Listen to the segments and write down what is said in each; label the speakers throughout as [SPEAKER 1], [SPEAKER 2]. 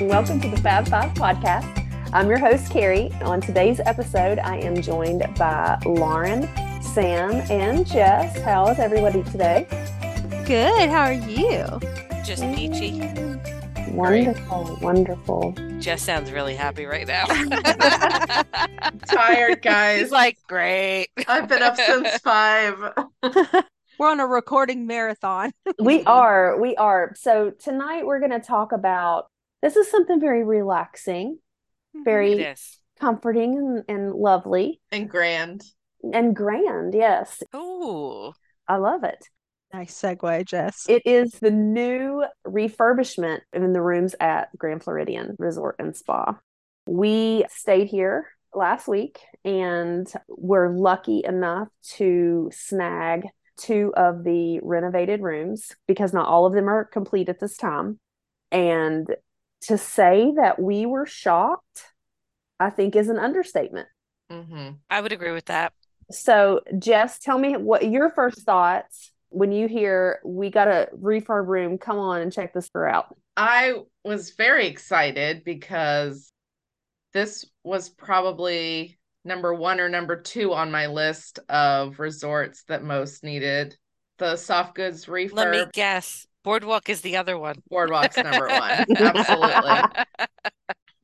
[SPEAKER 1] Welcome to the Fab Five Podcast. I'm your host, Carrie. On today's episode, I am joined by Lauren, Sam, and Jess. How is everybody today?
[SPEAKER 2] Good. How are you?
[SPEAKER 3] Just peachy.
[SPEAKER 1] Wonderful, wonderful.
[SPEAKER 3] Jess sounds really happy right now.
[SPEAKER 4] tired, guys.
[SPEAKER 3] He's like, great.
[SPEAKER 4] I've been up since five.
[SPEAKER 2] We're on a recording marathon.
[SPEAKER 1] We are, we are. So tonight we're going to talk about this is something very relaxing,
[SPEAKER 3] It
[SPEAKER 1] very
[SPEAKER 3] is.
[SPEAKER 1] comforting, and, and lovely
[SPEAKER 4] And grand.
[SPEAKER 1] and grand. Yes,
[SPEAKER 3] Ooh.
[SPEAKER 1] I love it.
[SPEAKER 2] nice segue, Jess.
[SPEAKER 1] It is the new refurbishment in the rooms at Grand Floridian Resort and Spa. We stayed here last week and were lucky enough to snag two of the renovated rooms because not all of them are complete at this time. And to say that we were shocked, I think is an understatement.
[SPEAKER 4] hmm
[SPEAKER 3] I would agree with that.
[SPEAKER 1] So, Jess, tell me what your first thoughts when you hear we got a refurb room. Come on and check this girl out.
[SPEAKER 4] I was very excited because this was probably number one or number two on my list of resorts that most needed the soft goods refurb.
[SPEAKER 3] Let me guess. Boardwalk is the other one.
[SPEAKER 4] Boardwalk's number one. Absolutely.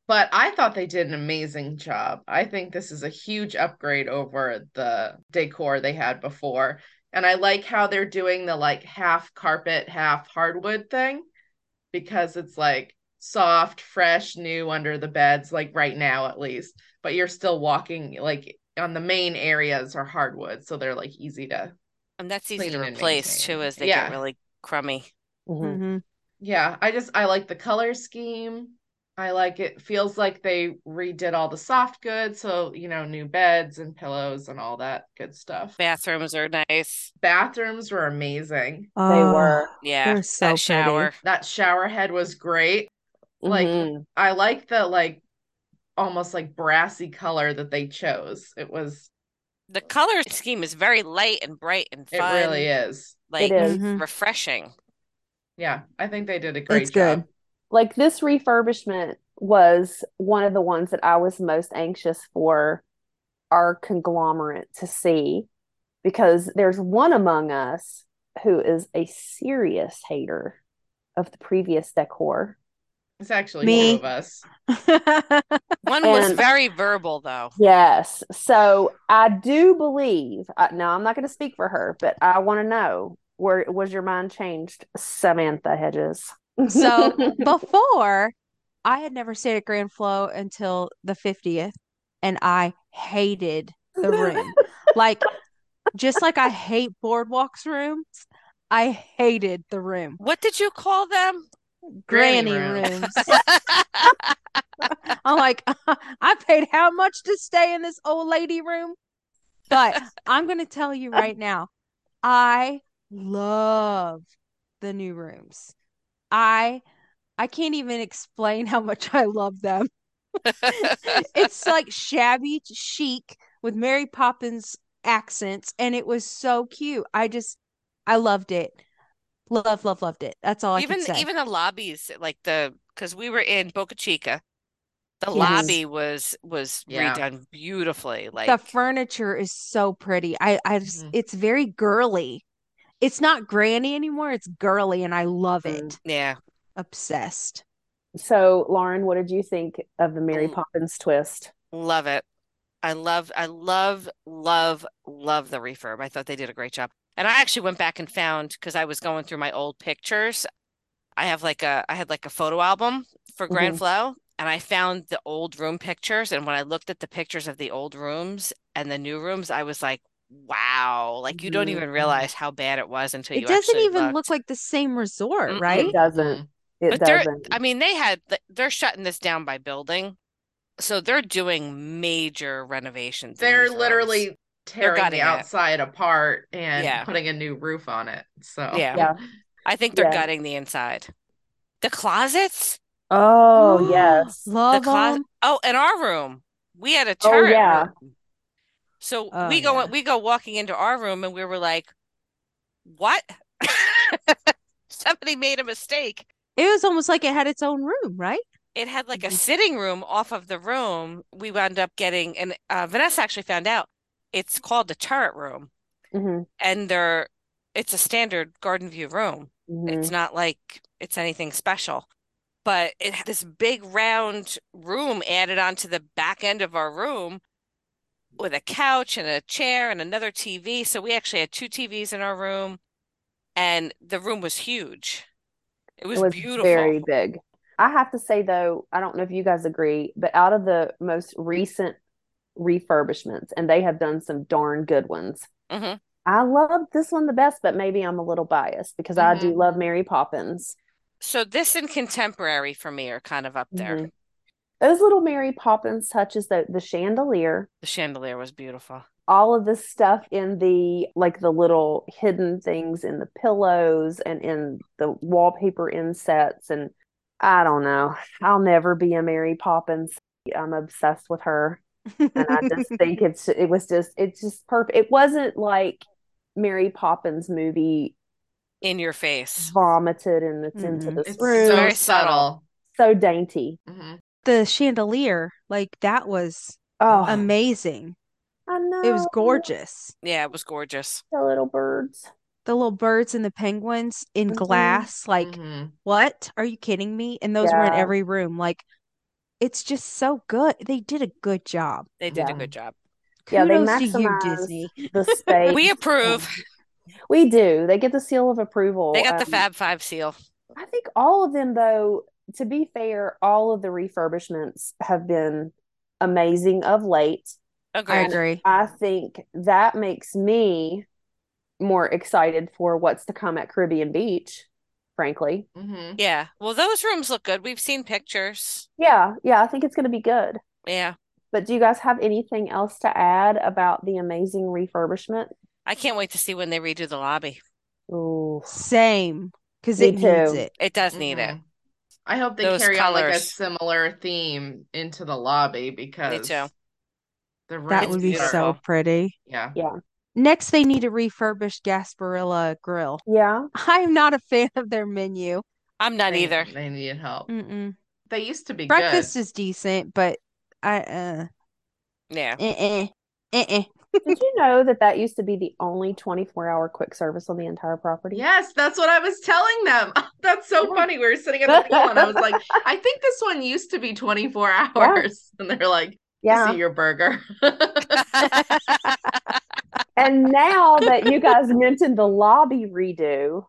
[SPEAKER 4] But I thought they did an amazing job. I think this is a huge upgrade over the decor they had before. And I like how they're doing the like half carpet, half hardwood thing because it's like soft, fresh, new under the beds, like right now at least. But you're still walking like on the main areas are hardwood. So they're like easy to.
[SPEAKER 3] And that's easy
[SPEAKER 4] Clean
[SPEAKER 3] to
[SPEAKER 4] and
[SPEAKER 3] replace
[SPEAKER 4] maintain.
[SPEAKER 3] too, as they
[SPEAKER 4] Yeah.
[SPEAKER 3] get really crummy.
[SPEAKER 2] Mhm.
[SPEAKER 4] Yeah. I just, I like the color scheme. I like it. Feels like they redid all the soft goods. So, you know, new beds and pillows and all that good stuff.
[SPEAKER 3] Bathrooms are nice.
[SPEAKER 4] bathrooms were amazing.
[SPEAKER 2] Mm-hmm.
[SPEAKER 1] They
[SPEAKER 2] Ah.
[SPEAKER 1] were.
[SPEAKER 3] Yeah.
[SPEAKER 2] They're so
[SPEAKER 3] that
[SPEAKER 2] pretty.
[SPEAKER 3] shower.
[SPEAKER 4] That shower head was great. Like-
[SPEAKER 1] Mhm.
[SPEAKER 4] I like the like almost like brassy color that they chose. It was
[SPEAKER 3] The color scheme is very light and bright and
[SPEAKER 4] it
[SPEAKER 3] fun.
[SPEAKER 4] really is.
[SPEAKER 3] Like
[SPEAKER 1] is.
[SPEAKER 2] Mhm.
[SPEAKER 3] refreshing.
[SPEAKER 4] Yeah, I think they did a great
[SPEAKER 2] It's good.
[SPEAKER 4] job.
[SPEAKER 1] like this refurbishment was one of the ones that I was most anxious for our conglomerate to see because there's one among us who is a serious hater of the previous decor.
[SPEAKER 4] It's actually
[SPEAKER 2] Me.
[SPEAKER 4] two of us.
[SPEAKER 2] mm-hmm.
[SPEAKER 3] One was
[SPEAKER 1] And-
[SPEAKER 3] very verbal though.
[SPEAKER 1] Yes. So I do believe, uh, now I'm not going to speak for her, but I want to know where was your mind changed, Samantha Hedges?
[SPEAKER 2] so before, I had never stayed at Grand Flow until the 50th, and I hated the room. like, just like I hate Boardwalk's rooms, I hated the room.
[SPEAKER 3] What did you call them?
[SPEAKER 4] Granny
[SPEAKER 2] Granny
[SPEAKER 4] room.
[SPEAKER 2] rooms. I'm like, I paid how much to stay in this old lady room? But I'm going to tell you right now, I love the new rooms. I I can't even explain how much I love them. it's like shabby chic with Mary Poppins accents, and it was so cute. I just I loved it. Love, love, loved it. That's all I
[SPEAKER 3] even
[SPEAKER 2] can say.
[SPEAKER 3] even the lobbies like the because we were in Boca Chica the
[SPEAKER 2] Yes.
[SPEAKER 3] lobby was was
[SPEAKER 4] Yeah.
[SPEAKER 3] redone beautifully like Mm-hmm.
[SPEAKER 2] the furniture is so pretty. I, I just,
[SPEAKER 4] Mhm.
[SPEAKER 2] it's very girly. It's not granny anymore. It's girly, and I love
[SPEAKER 1] Mm.
[SPEAKER 2] it.
[SPEAKER 3] yeah
[SPEAKER 2] Obsessed.
[SPEAKER 1] So, Lauren, what did you think of the Mary
[SPEAKER 3] Mm.
[SPEAKER 1] Poppins twist?
[SPEAKER 3] love it I love I love love love the refurb I thought they did a great job and I actually went back and found because I was going through my old pictures I have like a I had like a photo album for
[SPEAKER 2] Mm-hmm.
[SPEAKER 3] Grand
[SPEAKER 1] Mhm.
[SPEAKER 3] Flow and I found the old room pictures and when I looked at the pictures of the old rooms and the new rooms I was like wow like you don't even
[SPEAKER 1] Mhm.
[SPEAKER 3] realize how bad it was until
[SPEAKER 2] Mm-hmm. It
[SPEAKER 3] you
[SPEAKER 2] doesn't
[SPEAKER 3] actually
[SPEAKER 2] even
[SPEAKER 3] looked.
[SPEAKER 2] look like the same resort,
[SPEAKER 3] Mm-mm.
[SPEAKER 2] right?
[SPEAKER 1] It doesn't. It
[SPEAKER 3] But they're,
[SPEAKER 1] doesn't.
[SPEAKER 3] I mean, they had, th- they're shutting this down by building. So they're doing major renovations. in
[SPEAKER 4] They're
[SPEAKER 3] these rooms.
[SPEAKER 4] literally tearing
[SPEAKER 3] gutting
[SPEAKER 4] the
[SPEAKER 3] it.
[SPEAKER 4] outside apart and
[SPEAKER 3] Yeah.
[SPEAKER 4] putting a new roof on it. So
[SPEAKER 3] Yeah.
[SPEAKER 1] Yeah.
[SPEAKER 3] I think they're
[SPEAKER 1] Yeah.
[SPEAKER 3] gutting the inside. The closets,
[SPEAKER 1] Oh, yes.
[SPEAKER 3] the
[SPEAKER 2] Love
[SPEAKER 3] closet.
[SPEAKER 2] 'em.
[SPEAKER 3] Oh, in our room, we had a
[SPEAKER 1] Oh,
[SPEAKER 3] turret
[SPEAKER 1] yeah.
[SPEAKER 3] room. So
[SPEAKER 2] Oh,
[SPEAKER 3] we go,
[SPEAKER 2] yeah.
[SPEAKER 3] we go walking into our room and we were like, what? somebody made a mistake.
[SPEAKER 2] It was almost like it had its own room, right?
[SPEAKER 3] It had
[SPEAKER 1] Mm-hmm.
[SPEAKER 3] like a sitting room off of the room. We wound up getting, and uh, Vanessa actually found out it's called the turret room,
[SPEAKER 1] Mhm,
[SPEAKER 3] and they're it's a standard garden view room.
[SPEAKER 1] mhm.
[SPEAKER 3] It's not like it's anything special, but it had this big round room added onto the back end of our room with a couch and a chair and another TV. So we actually had two TVs in our room, and the room was huge. It was,
[SPEAKER 1] It was
[SPEAKER 3] beautiful.
[SPEAKER 1] very big. I have to say though, I don't know if you guys agree, but out of the most recent refurbishments, and they have done some darn good ones.
[SPEAKER 3] Mhm.
[SPEAKER 1] I love this one the best, but maybe I'm a little biased because I
[SPEAKER 4] Mm-hmm.
[SPEAKER 1] do love Mary Poppins.
[SPEAKER 3] So this and contemporary for me are kind of up there.
[SPEAKER 1] Mhm. Those little Mary Poppins touches, the the chandelier,
[SPEAKER 3] The chandelier was beautiful.
[SPEAKER 1] all of this stuff in the like the little hidden things in the pillows and in the wallpaper insets and I don't know. I'll never be a Mary Poppins. I'm obsessed with her and I just think it's it was just it's just perfect. It wasn't like Mary Poppins movie
[SPEAKER 3] In your face.
[SPEAKER 1] vomited and it's into
[SPEAKER 2] Mhm.
[SPEAKER 1] this
[SPEAKER 4] Mm-hmm. It's
[SPEAKER 1] room.
[SPEAKER 4] so
[SPEAKER 3] Very subtle.
[SPEAKER 4] subtle.
[SPEAKER 1] so dainty.
[SPEAKER 4] hmm
[SPEAKER 2] the chandelier, like that was
[SPEAKER 1] Oh,
[SPEAKER 2] amazing.
[SPEAKER 1] I know.
[SPEAKER 2] Um, It was gorgeous.
[SPEAKER 1] Mm-hmm.
[SPEAKER 3] Yeah, it was gorgeous.
[SPEAKER 1] The little birds.
[SPEAKER 2] The little birds and the penguins in
[SPEAKER 1] Mhm.
[SPEAKER 2] glass, like
[SPEAKER 4] Mhm.
[SPEAKER 2] what? Are you kidding me? And those were in
[SPEAKER 1] Yeah.
[SPEAKER 2] every room. Like it's just so good. They did a good job.
[SPEAKER 3] They did a
[SPEAKER 1] Yeah.
[SPEAKER 3] good job.
[SPEAKER 1] Yeah, they
[SPEAKER 2] Kudos to you,
[SPEAKER 1] maximized
[SPEAKER 2] Disney.
[SPEAKER 1] The space.
[SPEAKER 3] We approve.
[SPEAKER 1] We do. They get the seal of approval.
[SPEAKER 3] They got the
[SPEAKER 1] Um,
[SPEAKER 3] Fab Five seal.
[SPEAKER 1] I think all of them, though, to be fair, all of the refurbishments have been amazing of late.
[SPEAKER 2] I
[SPEAKER 3] Agreed.
[SPEAKER 2] agree.
[SPEAKER 1] I think that makes me more excited for what's to come at Caribbean Beach, frankly.
[SPEAKER 4] Mhm.
[SPEAKER 3] Yeah. Well, those rooms look good. We've seen pictures.
[SPEAKER 1] Yeah, yeah, I think it's going to be good.
[SPEAKER 3] Yeah.
[SPEAKER 1] But do you guys have anything else to add about the amazing refurbishment?
[SPEAKER 3] I can't wait to see when they redo the lobby.
[SPEAKER 1] Ooh.
[SPEAKER 2] Same. Because
[SPEAKER 1] Me
[SPEAKER 2] it needs
[SPEAKER 1] too.
[SPEAKER 2] it.
[SPEAKER 3] It does need it.
[SPEAKER 4] Mhm. I hope they
[SPEAKER 3] Those
[SPEAKER 4] carry on like a
[SPEAKER 3] colors.
[SPEAKER 4] similar theme into the lobby because
[SPEAKER 3] too.
[SPEAKER 4] the
[SPEAKER 2] That
[SPEAKER 4] rooms
[SPEAKER 2] would be so
[SPEAKER 4] are-
[SPEAKER 3] beautiful.
[SPEAKER 2] pretty.
[SPEAKER 4] yeah.
[SPEAKER 2] Next, they need a refurbished Gasparilla grill.
[SPEAKER 1] Yeah.
[SPEAKER 2] I'm not a fan of their menu.
[SPEAKER 1] Mm-hmm.
[SPEAKER 3] I'm not
[SPEAKER 4] they,
[SPEAKER 3] either.
[SPEAKER 4] They needed help.
[SPEAKER 2] Mm-mm.
[SPEAKER 4] They used to be
[SPEAKER 2] Mm. Breakfast
[SPEAKER 4] good.
[SPEAKER 2] is decent, but I uh
[SPEAKER 3] Yeah.
[SPEAKER 2] uh-uh. Uh-uh.
[SPEAKER 1] Did you know that that used to be the only 24 hour quick service on the entire property?
[SPEAKER 4] Yes, that's what I was telling them. That's so
[SPEAKER 1] Yeah.
[SPEAKER 4] funny. We were sitting at the pool and I was like, I think this one used to be 24 hours. And they're like, I
[SPEAKER 1] Yeah.
[SPEAKER 4] see your burger.
[SPEAKER 1] And now that you guys mentioned the lobby redo,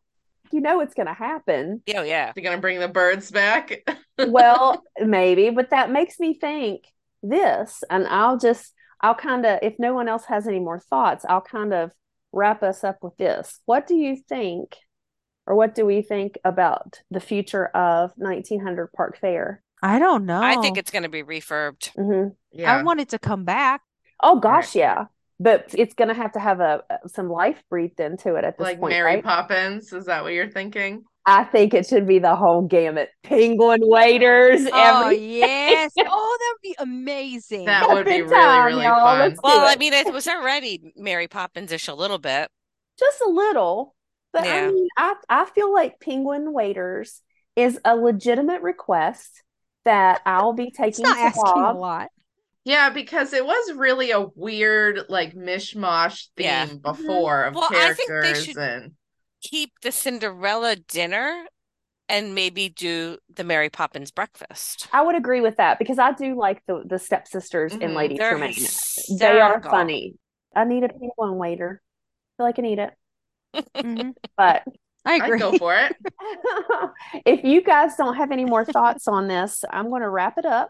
[SPEAKER 1] you know it's going to happen.
[SPEAKER 3] Yeah, oh, yeah.
[SPEAKER 4] They're gonna bring the birds back.
[SPEAKER 1] Well, maybe, but that makes me think this, and I'll just, I'll kind of, if no one else has any more thoughts, I'll kind of wrap us up with this. What do you think, or what do we think about the future of 1900 Park Fair?
[SPEAKER 2] I don't know.
[SPEAKER 3] I
[SPEAKER 1] Oh.
[SPEAKER 3] think it's going to be refurbed.
[SPEAKER 1] hmm
[SPEAKER 2] I want it to come back.
[SPEAKER 1] Oh gosh, yeah. But it's going to have to have a some life breathed into it at this
[SPEAKER 4] like
[SPEAKER 1] point,
[SPEAKER 4] Mary
[SPEAKER 1] right?
[SPEAKER 4] Poppins. Is that what you're thinking?
[SPEAKER 1] I think it should be the whole gamut. Penguin waiters,
[SPEAKER 2] Oh
[SPEAKER 1] every
[SPEAKER 2] yes. Oh, that would be amazing.
[SPEAKER 4] That would be
[SPEAKER 1] Every
[SPEAKER 4] really,
[SPEAKER 1] time,
[SPEAKER 4] really
[SPEAKER 1] y'all.
[SPEAKER 4] fun.
[SPEAKER 1] Let's-
[SPEAKER 3] Well, I
[SPEAKER 1] it.
[SPEAKER 3] mean, it was already Mary Poppins-ish a little bit.
[SPEAKER 1] just a little. But I
[SPEAKER 3] Yeah.
[SPEAKER 1] mean, I I feel like penguin waiters is a legitimate request that I'll be
[SPEAKER 2] it's
[SPEAKER 1] taking
[SPEAKER 2] not
[SPEAKER 1] to
[SPEAKER 2] asking a
[SPEAKER 1] Bob.
[SPEAKER 2] lot.
[SPEAKER 4] Yeah, because it was really a weird, like mishmash theme
[SPEAKER 3] Yeah.
[SPEAKER 4] before of
[SPEAKER 3] Mm-hmm. Well, I think they
[SPEAKER 4] characters
[SPEAKER 3] should-
[SPEAKER 4] and
[SPEAKER 3] Keep the Cinderella dinner and maybe do the Mary Poppins breakfast.
[SPEAKER 1] I would agree with that because I do like the the stepsisters in
[SPEAKER 4] Mhm.
[SPEAKER 1] Lady
[SPEAKER 3] They're
[SPEAKER 1] Tremaine. They are
[SPEAKER 3] hysterical.
[SPEAKER 1] funny. I need a penguin waiter. I feel like I need it.
[SPEAKER 2] Mhm.
[SPEAKER 1] But
[SPEAKER 2] I
[SPEAKER 4] I'd
[SPEAKER 2] agree.
[SPEAKER 4] go for it.
[SPEAKER 1] if you guys don't have any more thoughts on this, I'm going to wrap it up.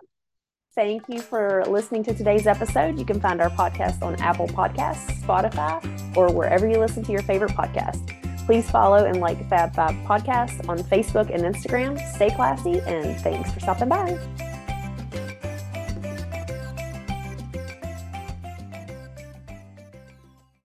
[SPEAKER 1] Thank you for listening to today's episode. You can find our podcast on Apple Podcasts, Spotify, or wherever you listen to your favorite podcast. Please follow and like Fab Five Podcasts on Facebook and Instagram. Stay classy, and thanks for stopping by.